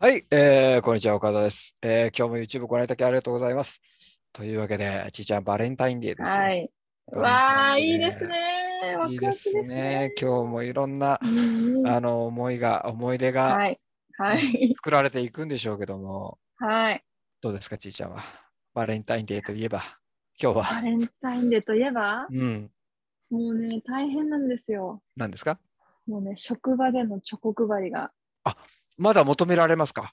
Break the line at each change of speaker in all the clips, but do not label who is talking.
はい、えー、こんにちは、岡田です。えー、今日も YouTube ご覧いただきありがとうございます。というわけで、ちいちゃん、バレンタインデーです
はい。わあ、いいですね。
いいですね。今日もいろんな、あの思いが、思い出が、
はい。はい、
作られていくんでしょうけども、
はい。
どうですか、ちいちゃんは。バレンタインデーといえば、今日は。
バレンタインデーといえば、
うん、
もうね、大変なんですよ。
何ですか
もうね、職場でのチョコ配りが。
あまだ求められますか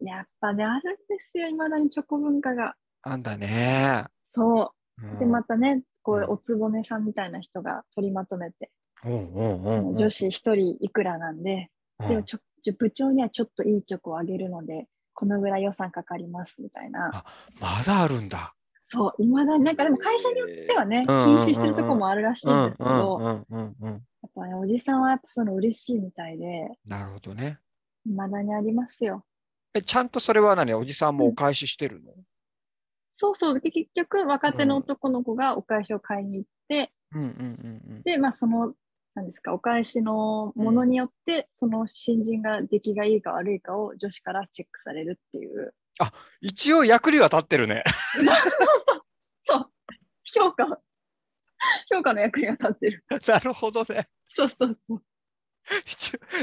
やっぱね、あるんですよ、いまだにチョコ文化が。
あんだね。
そう。うん、で、またね、こう、おつぼねさんみたいな人が取りまとめて、女子1人いくらなんで、うん、でもちょ部長にはちょっといいチョコをあげるので、このぐらい予算かかりますみたいな。
まだあるんだ。
そう、いまだに、なんかでも会社によってはね、禁止してるとこもあるらしいんですけど、やっぱね、おじさんはやっぱそういうの嬉しいみたいで、
なるほどね。
いまだにありますよ。
え、ちゃんとそれは何おじさんもお返ししてるの、うん、
そうそう、結局、若手の男の子がお返しを買いに行って、で、まあ、その、なんですか、お返しのものによって、うん、その新人が出来がいいか悪いかを女子からチェックされるっていう。
あ一応役には立ってるね。
そうそうそう評価評価の役には立ってる。
なるほどね。
そうそうそう。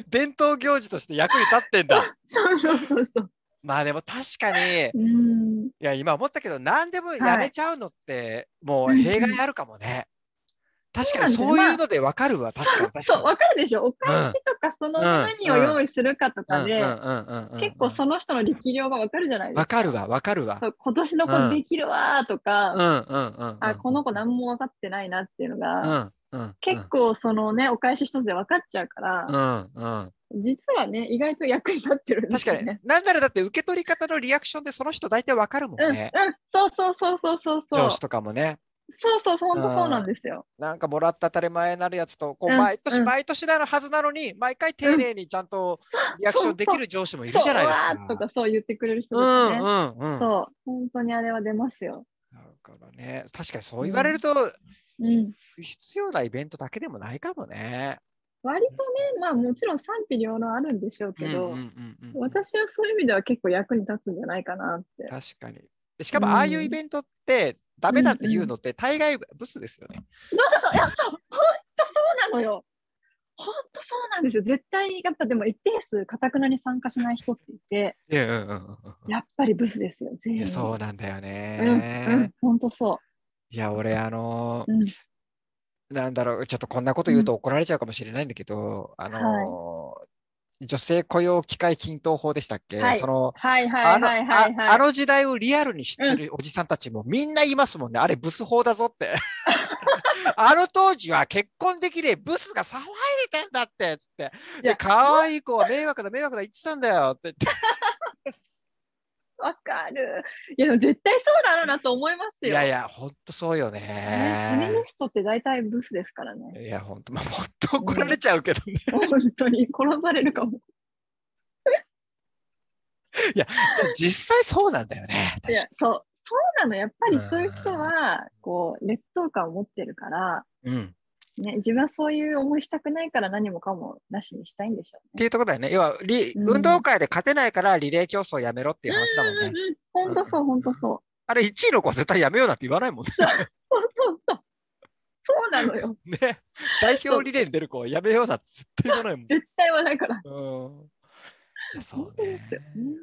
伝統行事として役に立ってんだ。
そうそうそうそう。
まあでも確かに、
うんい
や今思ったけど何でもやめちゃうのって、もう弊害あるかもね。確かにそういうので分かるわ、確かに確か
そう、分かるでしょ。お返しとか、その何を用意するかとかで、結構その人の力量が分かるじゃないです
か。分かるわ、分かるわ。
今年の子できるわとか、あ、この子何も分かってないなっていうのが、結構そのね、お返し一つで分かっちゃうから、実はね、意外と役に立ってるん
ですよ、ね。確かに。なんならだって受け取り方のリアクションでその人大体分かるもんね。
うん、うん、そうそうそうそうそうそう。
上司とかもね。
そうそう、本当そうなんですよ。
なんかもらった当たり前になるやつと、こう毎年、毎年なるはずなのに、毎回丁寧にちゃんとリアクションできる上司もいるじゃないですか。
とかそう言ってくれる人とかね。そう、本当にあれは出ますよ。
だからね、確かにそう言われると、
うん
不必要なイベントだけでもないかもね。
割とね、まあもちろん賛否両論あるんでしょうけど、私はそういう意味では結構役に立つんじゃないかなって。
確かに。しかもああいうイベントって、ダメだって言うのって大概ブスですよね。
そうそうそう、いや、そう、本当そうなのよ。本当そうなんですよ。絶対、やっぱでも一定数、かたくなに参加しない人っていて、やっぱりブスですよ、
全員。そうなんだよね。。
うん、うん、本当そう
いや、俺、あのーうん、なんだろう、ちょっとこんなこと言うと怒られちゃうかもしれないんだけど、うん、あのーはい女性雇用機会均等法でしたっけ、
はい、
その、
はいはいはいはい、はい、
あの時代をリアルに知ってるおじさんたちもみんな言いますもんね、うん、あれブス法だぞって。 あの当時は結婚できねえブスが騒いでてんだってっつって、で可愛い子は迷惑だ迷惑だ言ってたんだよって言って。
わかる。いや、絶対そうだろうなと思いますよ。
いやいや、ほんとそうよね。
フェミニストって大体ブスですからね。
いや、ほんと、まあ、もっと怒られちゃう けどね。
ね本当に、殺されるかも。
いや、実際そうなんだよね。
いや、そう。そうなの。やっぱりそういう人は、こう、劣等感を持ってるから、
うん。
ね、自分はそういう思いしたくないから何もかもなしにしたいんでしょう、ね、
っていうとこだよね。要は、うん、運動会で勝てないからリレー競争やめろっていう話だもんね。
本当、うん、そう、本当そう。
あれ、1位の子は絶対やめようなんて言わないもんね。
そうそうそう。そうなのよ。
ね。代表リレーに出る子はやめようなんて絶対言わないもん。
絶対言わないから。
うん。そうね。ですよね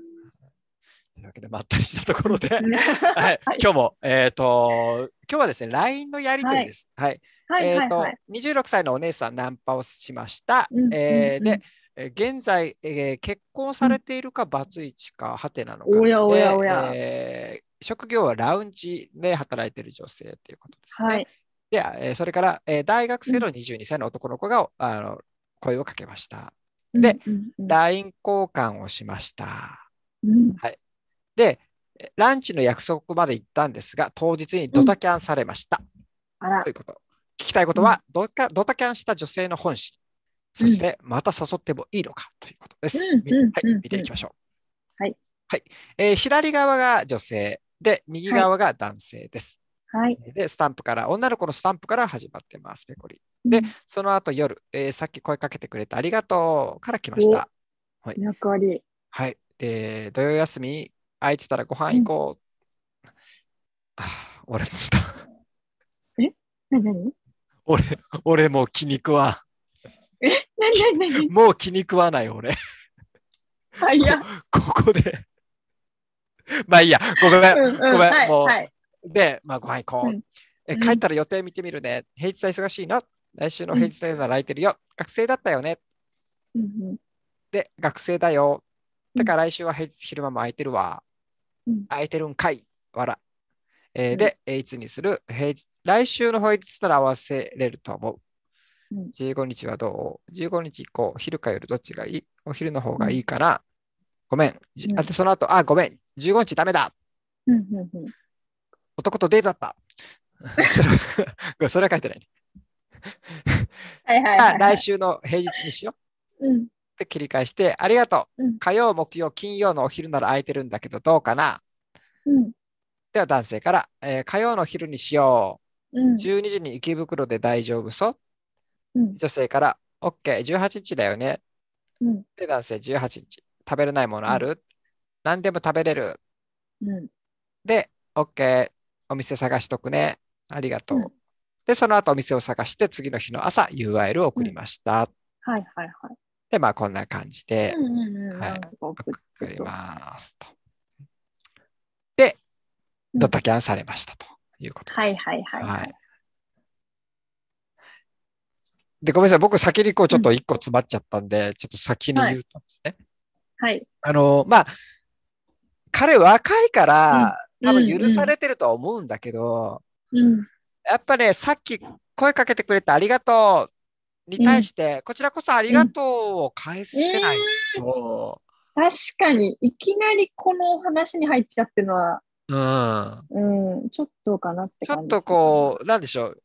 というわけで、まったりしたところ で、はい、はい、今日も、えっ、ー、と、今日はですね、LINE のやり取りです。はい。はい、えっ、と、はい26歳のお姉さん、ナンパをしました。うえで、現在、えー、結婚されているか、バツイチか、ハテナのか
おやおやおや、
えー、職業はラウンジで働いている女性ということですね。
はい。
で、えー、それから、えー、大学生の22歳の男の子が、あの声をかけました。で、LINE 交換をしました。はい。で、ランチの約束まで行ったんですが、当日にドタキャンされました。
うん、あら
ということ。聞きたいことは、うん、ドタドタキャンした女性の本心、そしてまた誘ってもいいのかということです。はい、見ていきましょ
う。はい。
はい、えー、左側が女性で、右側が男性です。
はい。
で、スタンプから、女の子のスタンプから始まってます、ペコリ。で、うん、その後夜、えー、さっき声かけてくれてありがとうから来ました。
はい。役割。
はい。で、土曜休み、空いてたらご飯行こう。ああ俺もだ。
え何何
俺、俺もう気に食わん。
え何何何
もう気に食わない俺。
はいや。
ここでまあいいや、ごめん、
うんうん
ごめん、
はい
もう、
はい
で、まあご飯行こう。
うん
え
うん
帰ったら予定見てみるね。平日は忙しいの。来週の平日は空いてるよ。学生だったよね。
うんうん
で、学生だよ。だから
う
来週は平日昼間も空いてるわ。
うん
空いてるんかい。わら。えー
うん
で、えーいつにする平日来週の平日なら合わせれると思う。
うん
15日はどう ?15 日以降、昼か夜どっちがいいお昼の方がいいかな、ごめん。じ
うん
あとその後、あ、ごめん。15日ダメだ。
うんうんうん
男とデートだった。 それはごめんそれは書いてないね。
はいはい
あ
はいはい
来。週の平日にしよう。
うん
って切り返して、ありがとう、
うん
火曜、木曜、金曜のお昼なら空いてるんだけど、どうかな
うん
では男性から、えー火曜の昼にしよ
うん
う。12時に池袋で大丈夫そう
うん
女性から、OK、18日だよね。
うん
で、男性、18日。食べれないものある、何でも食べれる。
うん
で、OK、お店探しとくね。ありがとう。
うん
で、その後お店を探して、次の日の朝、URL を送りました。
はいはいは
で、まあ、こんな感じで
い。うんうんうん。
はい
なんかこう
送
グッ
り
と
ますと。で、
うん
ドタキャンされましたということです。
はいはいはいは
はいい。で、ごめんなさい、僕先にこうちょっと一個詰まっちゃったんで、ちょっと先に言うとですね。
はい。
あの、まあ、彼若いから、
うん
多分
うん
許されてるとは思うんだけど、
うん
やっぱね、さっき声かけてくれてありがとうに対して、こちらこそありがとうを返せないと、
確かに、いきなりこの話に入っちゃってるのは、
うん、
うん、ちょっとかなって
ちょ
感
っ
じ。
とこう、なんでしょう、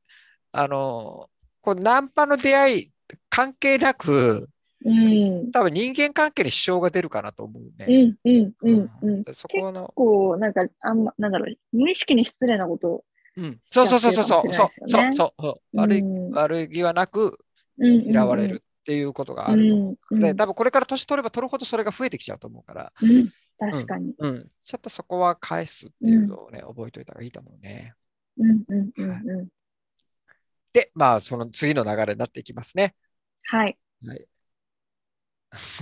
あの、こうナンパの出会い関係なく、
う。うん。
多分人間関係に支障が出るかなと思う
う
ね。
んうんうんうん。
でそこの、
こう、なんか、あんま、なんだろう、無意識に失礼なことを。
うん、そうそうそうそうそう
しち
そ
ゃ
う
ってるかも
そ
しれないうですよね
そうそう悪い、
うん
悪気はなく
うん
嫌われるっていうことがあると思う。
うんうん
で、多分これから年取れば取るほどそれが増えてきちゃうと思うから、
うんうん確かに。
うん、ちょっとそこは返すっていうのをね、覚えておいた方がいいと思うね。
うんうんうんうん。
で、まあ、その次の流れになっていきますね。
はい。
はい、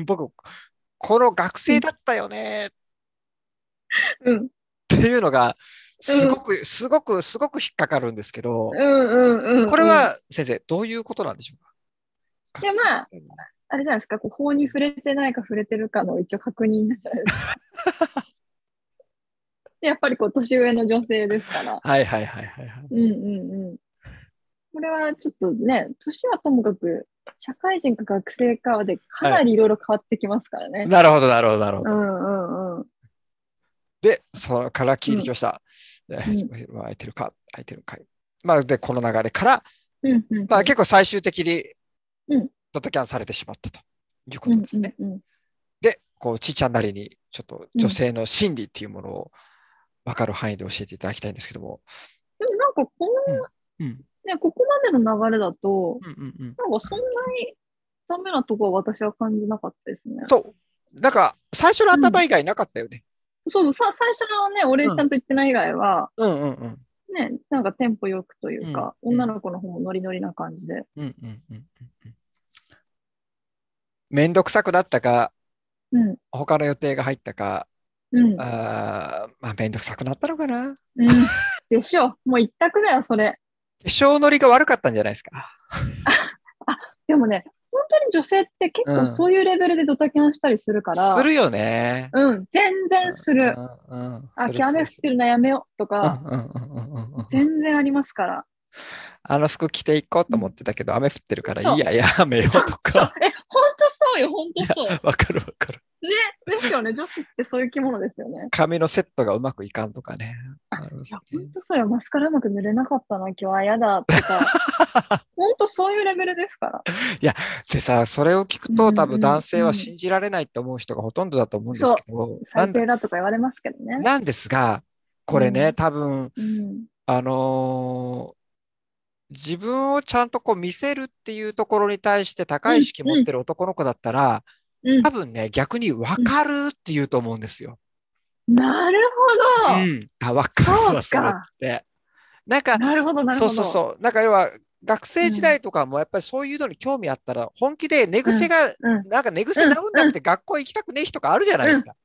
僕、この学生だったよねっ
うん
ていうのが、すごく、すごく、すごく引っかかるんですけど
う、んうんうん。
これ、は先生、どういうことなんでしょうか
いやま
学生だ
あ
ったよね
あれじゃないですか、こう法に触れてないか触れてるかの一応確認なんじゃないですか。 でやっぱりこう年上の女性ですから。
はいはいはいはいはい。
うんうんうん。これはちょっとね、年はともかく、社会人か学生かでかなりいろいろ変わってきますからね。
なるほど、なるほど、なるほ
う
ど。
んうんうん。
で、そこから聞いてきました。で
ん
お昼は空いてるか、空いてるかい。まあ、で、この流れから、
うんうんうん。
まあ、結構最終的に
うん、
ドタキャンされてしまったということですね。
うんうん
で、こう、ちいちゃんなりに、ちょっと女性の心理っていうものを分かる範囲で教えていただきたいんですけども。
でもなんかこの、
うん。
ね、ここまでの流れだと、
うんうんうん。
なんかそんなにダメなとこは私は感じなかったですね。
そう。なんか、最初の頭以外なかったよね。
そうそうさ最初のね、お礼ちゃんと言ってない以外は、
うんうんうん。
ね、なんかテンポよくというか、
うん
女の子の方もノリノリな感じで。
うんうんうんうんうん。めんどくさくなったか、
うん。
他の予定が入ったか、
うん。
あーまあ、めんどくさくなったのかな。
うん、でしょ。もう一択だよ、それ。
化粧のりが悪かったんじゃないですか。
でもね、本当に女性って結
う
構
ん
そういうレベルでドタキャンしたりするから、
するよね。
うん、全然する。
うんうん。
あ、
する
今日雨降っ
する
てるな、やめようと
う
か、
んうんうんうんうんうん。
全然ありますから。
あの服着ていこうと思ってたけど、雨降ってるから
そう
いいや、やめようと
そう
か。
え、本当そうよ、本当そう。
わかるわかる。
ですよね、女子ってそういう着物ですよね。
髪のセットがうまくいかんとかね。
あ
あります
いや
よ、
ほ
ね
んとそうよ、マスカラうまく塗れなかったな、今日は嫌だとか、 ほんとそういうレベルですから。
でさ、それを聞く
うんう
と
ん
多分男性
う
は
ん
信じられないって思う人がほとんどだと思うんですけど、な
最
んだ
低だとか言われますけどね。
なんですが、これ
う
ね、
ん
多分、
うん、
あのー自分をちゃんとこう見せるっていうところに対して高い意識持ってる男の子だったら、
うん
多分ね、逆に分かるって言うと思うんですよ。
なるほど、
うん、あ、分かる
そう
わ、
か
それって。なんか、
なるほど、なる
そ
ほ
う
ど。
そうそう。なんか要は、学生時代とかもやっぱりそういうのに興味あったら、本気で寝癖が、
うん
なんか寝癖治んなくて学校行きたくねえ日とかあるじゃないですか。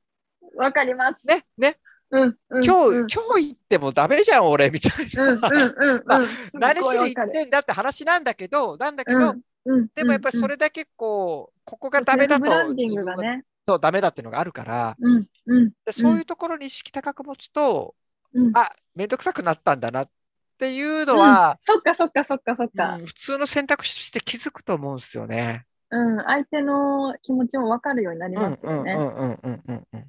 わかります。
ね、ね、
うん、うん。
今日、
うん、
今日行ってもダメじゃん、俺、みたい
うん、うん、
な。
うんうん。
まあ
すごいわか
何
る
しに行ってんだって話なんだけど、なんだけ
う
ど、
ん、うん。
でもやっぱりそ
れ
れだけこう、ここがダメだ
ブラ
と、
ンディングが
自分は
ね。
そうダメだっていうのがあるから、
うん、うん。
でそういうところに意識高く持つと、
うん
あ、めんどくさくなったんだなっていうのは、
そっか、そっか、そっか、そっか
うん。普通の選択肢として気づくと思うんですよね。
うん、相手の気持ちもわかるようになり
うん
ます
う
よ
んう
ね。
んうんうんうんうん。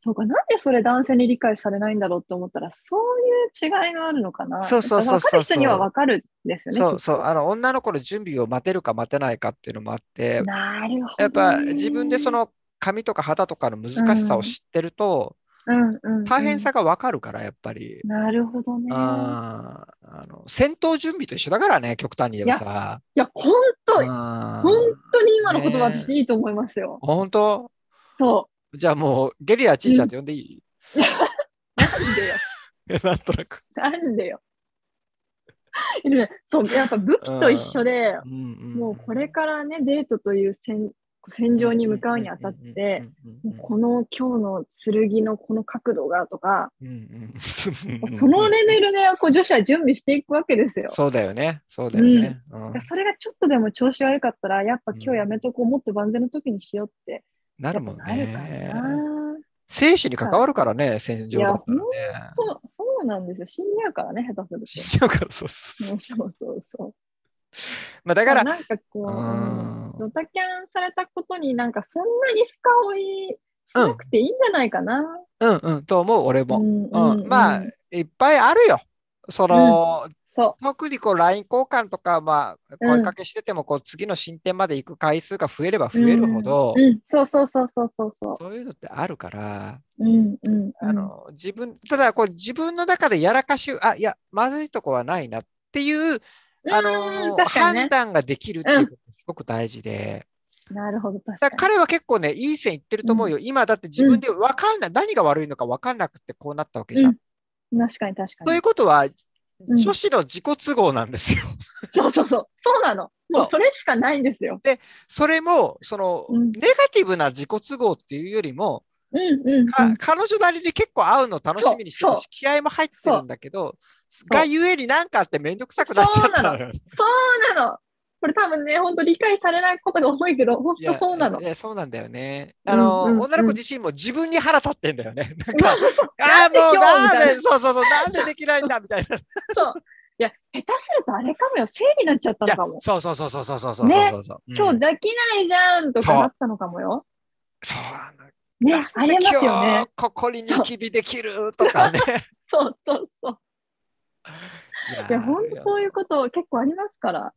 そうか、なんでそれ男性に理解されないんだろうって思ったら、そういう違いがあるのかな。
そうそうそうそう
分かる人には分かるんですよね。
そうそう、あの女の子の準備を待てるか待てないかっていうのもあって、
なるほど。
やっぱ自分でそ、の髪とか肌とかの難しさを知ってると、
うんうんうん
大変さ。がわかるから、やっぱり。
なるほどね。
あーあの戦闘準備と一緒だからね、極端に言えばさ。
いや、本当、
あ
本
ー
当に今の言葉、
ねえ
私いいと思いますよ。
本当
そ
じゃあもうゲリラちいちゃんって呼んでいい、
う。なんでよ。
なんとなく。
なんでよ。でねそう、やっぱ武器と一緒で、
うんうん
もうこれからね、デートという戦戦場に向かうにあたって、、もうこの今日の剣のこの角度がとか、
そ
そのレベルでこう女子は準備していくわけですよ。
そうだよね、そうだよね。うん
それがちょっとでも調子悪かったら、やっぱ今日やめとこう、もっと万全の時にしようって、
なるもん
なるから
ね。
な。
生死に関わるからね、戦場だったらね。
そうそうなんですよ。死んじゃうからね、下手
死ん
す
じゃうから、そうそう
る
そ
と。
う。
もうそうそうそう。
まあ、だから、
なんかこう、
う
うん
ん
ドタキャンされたことになんかそんなに深追いしなくていいんじゃないかな。
うんうん、と思う、俺
う
も。
ん
うん、まあ、いっぱいあるよ。その、
そ
特にこう LINE 交換とか、まあ、
うん
声かけしてても、こう次の進展まで行く回数が増えれば増えるほど
う、、うん、そうそうそうそうそうそ
そういうのってあるから、
う。うんうん、
あの自分ただこう自分の中でやらかしあいやまずいとこはないなっていう、
うん、
あの
確かにね
判。断ができるっていうことがすごく大事で、
なるほど、確
だ
か
か
に
ら。彼は結構ねいい線いってると思うよ、今だって自分で分かんない、何が悪いのか分かんなくてこうなったわけじゃん。
うん、確かに確か
とい
に
う。ことは、
うん
女子の自己都合なんですよ。
そうそうそう。そうなの。も
そう
うそれしかないんですよ。
それもその、
うん
ネガティブな自己都合っていうよりも、
うんうん、うん。
か彼女なりに結構会うの楽しみにしてる
そうそ
し気合も入ってるんだけどがゆえになんかあって面倒くさくなっちゃったのよ。
そうなの。これ多分ね、本当理解されないことが多いけど、本
い
当
や
そうなの
い。やそうなんだよね。
うん
あの、
うん
女の子自身も自分に腹立ってんだよね。 なんか
そう、そうそう
ああ、もう
なんで
なん
今日みたい
で、
な
そうそうそう、なんでできないんだみたいな。い
そう。いや、下手するとあれかもよ。生理になっちゃったの
や
かも。
そうそうそうそうそうそうそうそう。
ね
うん
今日できないじゃんと
そ
か
う
なったのかもよ。
そうなんだ
ね、ありますよ
今
ね
日。ここにニキビできるとか ね。
そうそうそう。いや、本当
当
そういうこと結構ありますから。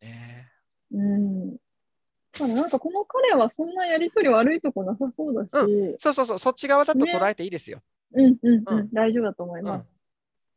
ね。
うん。ただなんかこの彼はそんなやりとり悪いとこなさそうだし、うん、
そうそうそう、そっち側だと
ね
捉えていいですよ。
うんうん、
うん
大丈夫だと思います。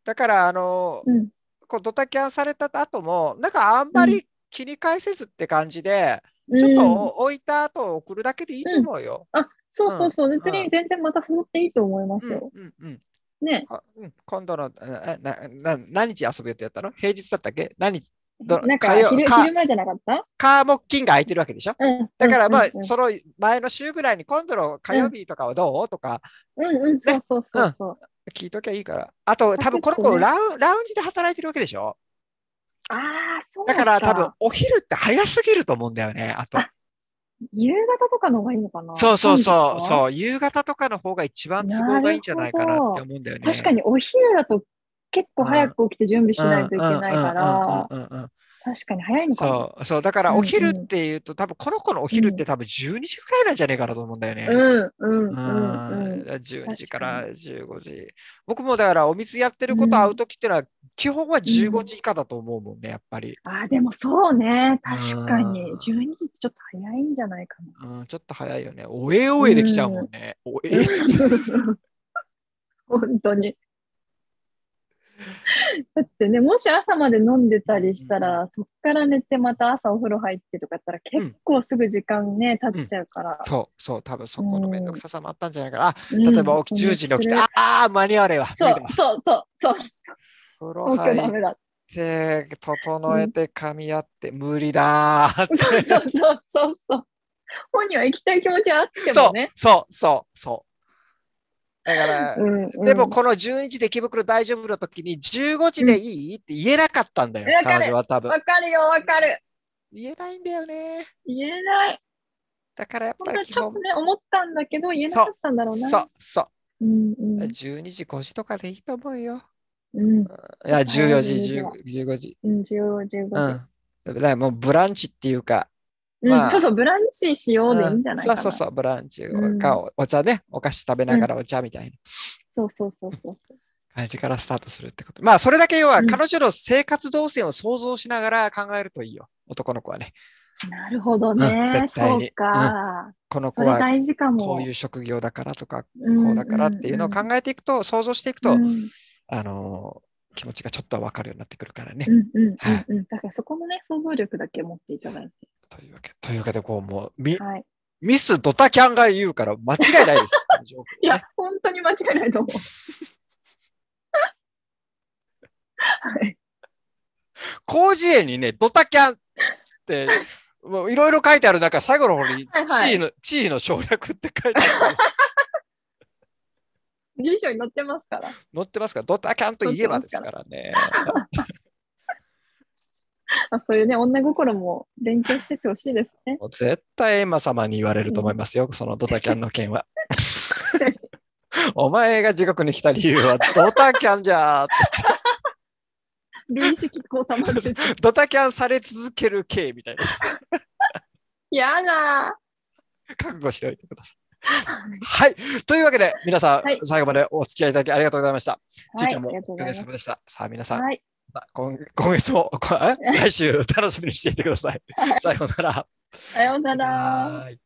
だから、あの、
うん。
こうドタキャンされた後も、なんかあんま
う
り切り返せずって感じで、
うん、
ちょっと置いた後送るだけでいいと思うよ。
そうそうそう、別
うん
に全然また誘っていいと思います
うん
よ。
うんうん
ね。
あうん、今度のあなな何日遊ぶ予定だったの平日だったっけ何日ど
なんか
火曜
昼
か
昼間じゃなかった
カーモッキンが空いてるわけでしょ
うん。
だからまあ、
うん
その前の週ぐらいに今度の火曜日とかはどう、とか
うんうん、そうそうそうそう。
聞いときゃいいから。あと多分この
ちょっ
子
とね
ラウン、ラウンジで働いてるわけでしょ
ああ、そう
だ
か
から多分お昼って早すぎると思うんだよね。あと。
あ夕方とかの方がいいのかな。
そうそうそう。
う。
そう。夕方とかの方が一番都合がいいんじゃないかなって思うんだよね。
確かにお昼だと結構早く起きて準備しないといけないから、
うんうんうんうんうんうん
確かに早いのかな。
そうそうだからお昼
うんうん
っていうと、多分この子のお昼って多分12時ぐらいなんじゃねえかなと思うんだよね。
うんうん
うん
うんうん。
12時から15時。僕もだからお水やってること会うときってのは、基本は15時以下だと思うもんね、やっぱり。
ああ、でもそうね。確かに。
うん
12時ってちょっと早いんじゃないかな。
うん、ちょっと早いよね。おえおえできちゃう もんね。おえ
本当に。だってね、もし朝まで飲んでたりしたら、そっから寝てまた朝お風呂入ってとかやったら、
うん
結構すぐ時間ね、経っちゃうから。
そう、そう、多分そこのめんどくささもあったんじゃないかな。あ
うん
例えば起き10時に起きて、ああー、間に合わねえわ。
そう
無理だ
そうそうそ
風
う、も
呂
う今日ダ
入っ
メだ。
て、整えて、噛み合って、無理だーって。
そう そうそうそうそう。本人は行きたい気持ちはあって
そ
も
う
ね。
そうそうそう。だから、
うんうん
でもこの12時で池袋大丈夫の時に15時でいい、って言えなかったんだよ
わ、かる
彼女は多分。
わかるよ、わかる。
言えないんだよね。
言えない。
だからやっぱ
本当
り
は
基
ちょっ
本
と、ね、思ったんだけど、言えなかったんだろうな。。
そうそう
んうん。
う、12時5時とかでいいと思うよ。
うん。
いや、14時、
12時
15 15時。
うん、15、15
うん。だからもうブランチっていうか、
うん
まあ
そうそう、ブランチしようでいいんじゃ
うん
ない
そ
か
う
な。
そうそう、ブランチ
うん
かおお茶ね、お菓子食べながらお茶みたいな
そうそうそうそう
感じからスタートするってこと。まあ、それだけ要は
うん
彼女の生活動線を想像しながら考えるといいよ、男の子はね。
なるほど
うん
ね。
絶対
そ
に
うか。
この
そ
子
れ
は
大事かも。
こういう職業だからとか、
ん
こうだからっていうのを考えていくと、想像していくと、
うんうん
あのー気持ちがちょっとは分かるようになってくるからね。
うんうん
はい
うんうん。だからそこのね、想像力だけ持っていただい
というわけというわけで、こう、もうミ
て。、はい。
ミスドタキャンが言うから間違いないです。この情報
い
ね
や、本当に間違いないと思う。はい。
広辞苑にね、ドタキャンって、もういろいろ書いてある中、最後の方に
はいはい
地位の、地位の省略って書いてある。
辞書に載ってますから。
載ってますから、ドタキャンといえばですからね。
まあ、そういうね、女心も勉強してってほしいですね。
もう絶対エンマ様に言われると思いますよ、そのドタキャンの件 は。お前が地獄に来た理由はドタキャンじゃーって
美意識こう溜まって て。
ドタキャンされ続ける系みたいな。
やだ
覚悟しておいてください。
ー。
はい。というわけで、皆さん、
はい
最後までお付き合いいただきありがとうございました。ちいちゃんも
はい、ありがとう
お
ご
疲
ざ
れ
い
様で
ます。
した。さあ、皆さん、
はい。
また今今月も、 こえ来週楽しみにしていてください。さようなら。
哎
哎
さようなら。
バイ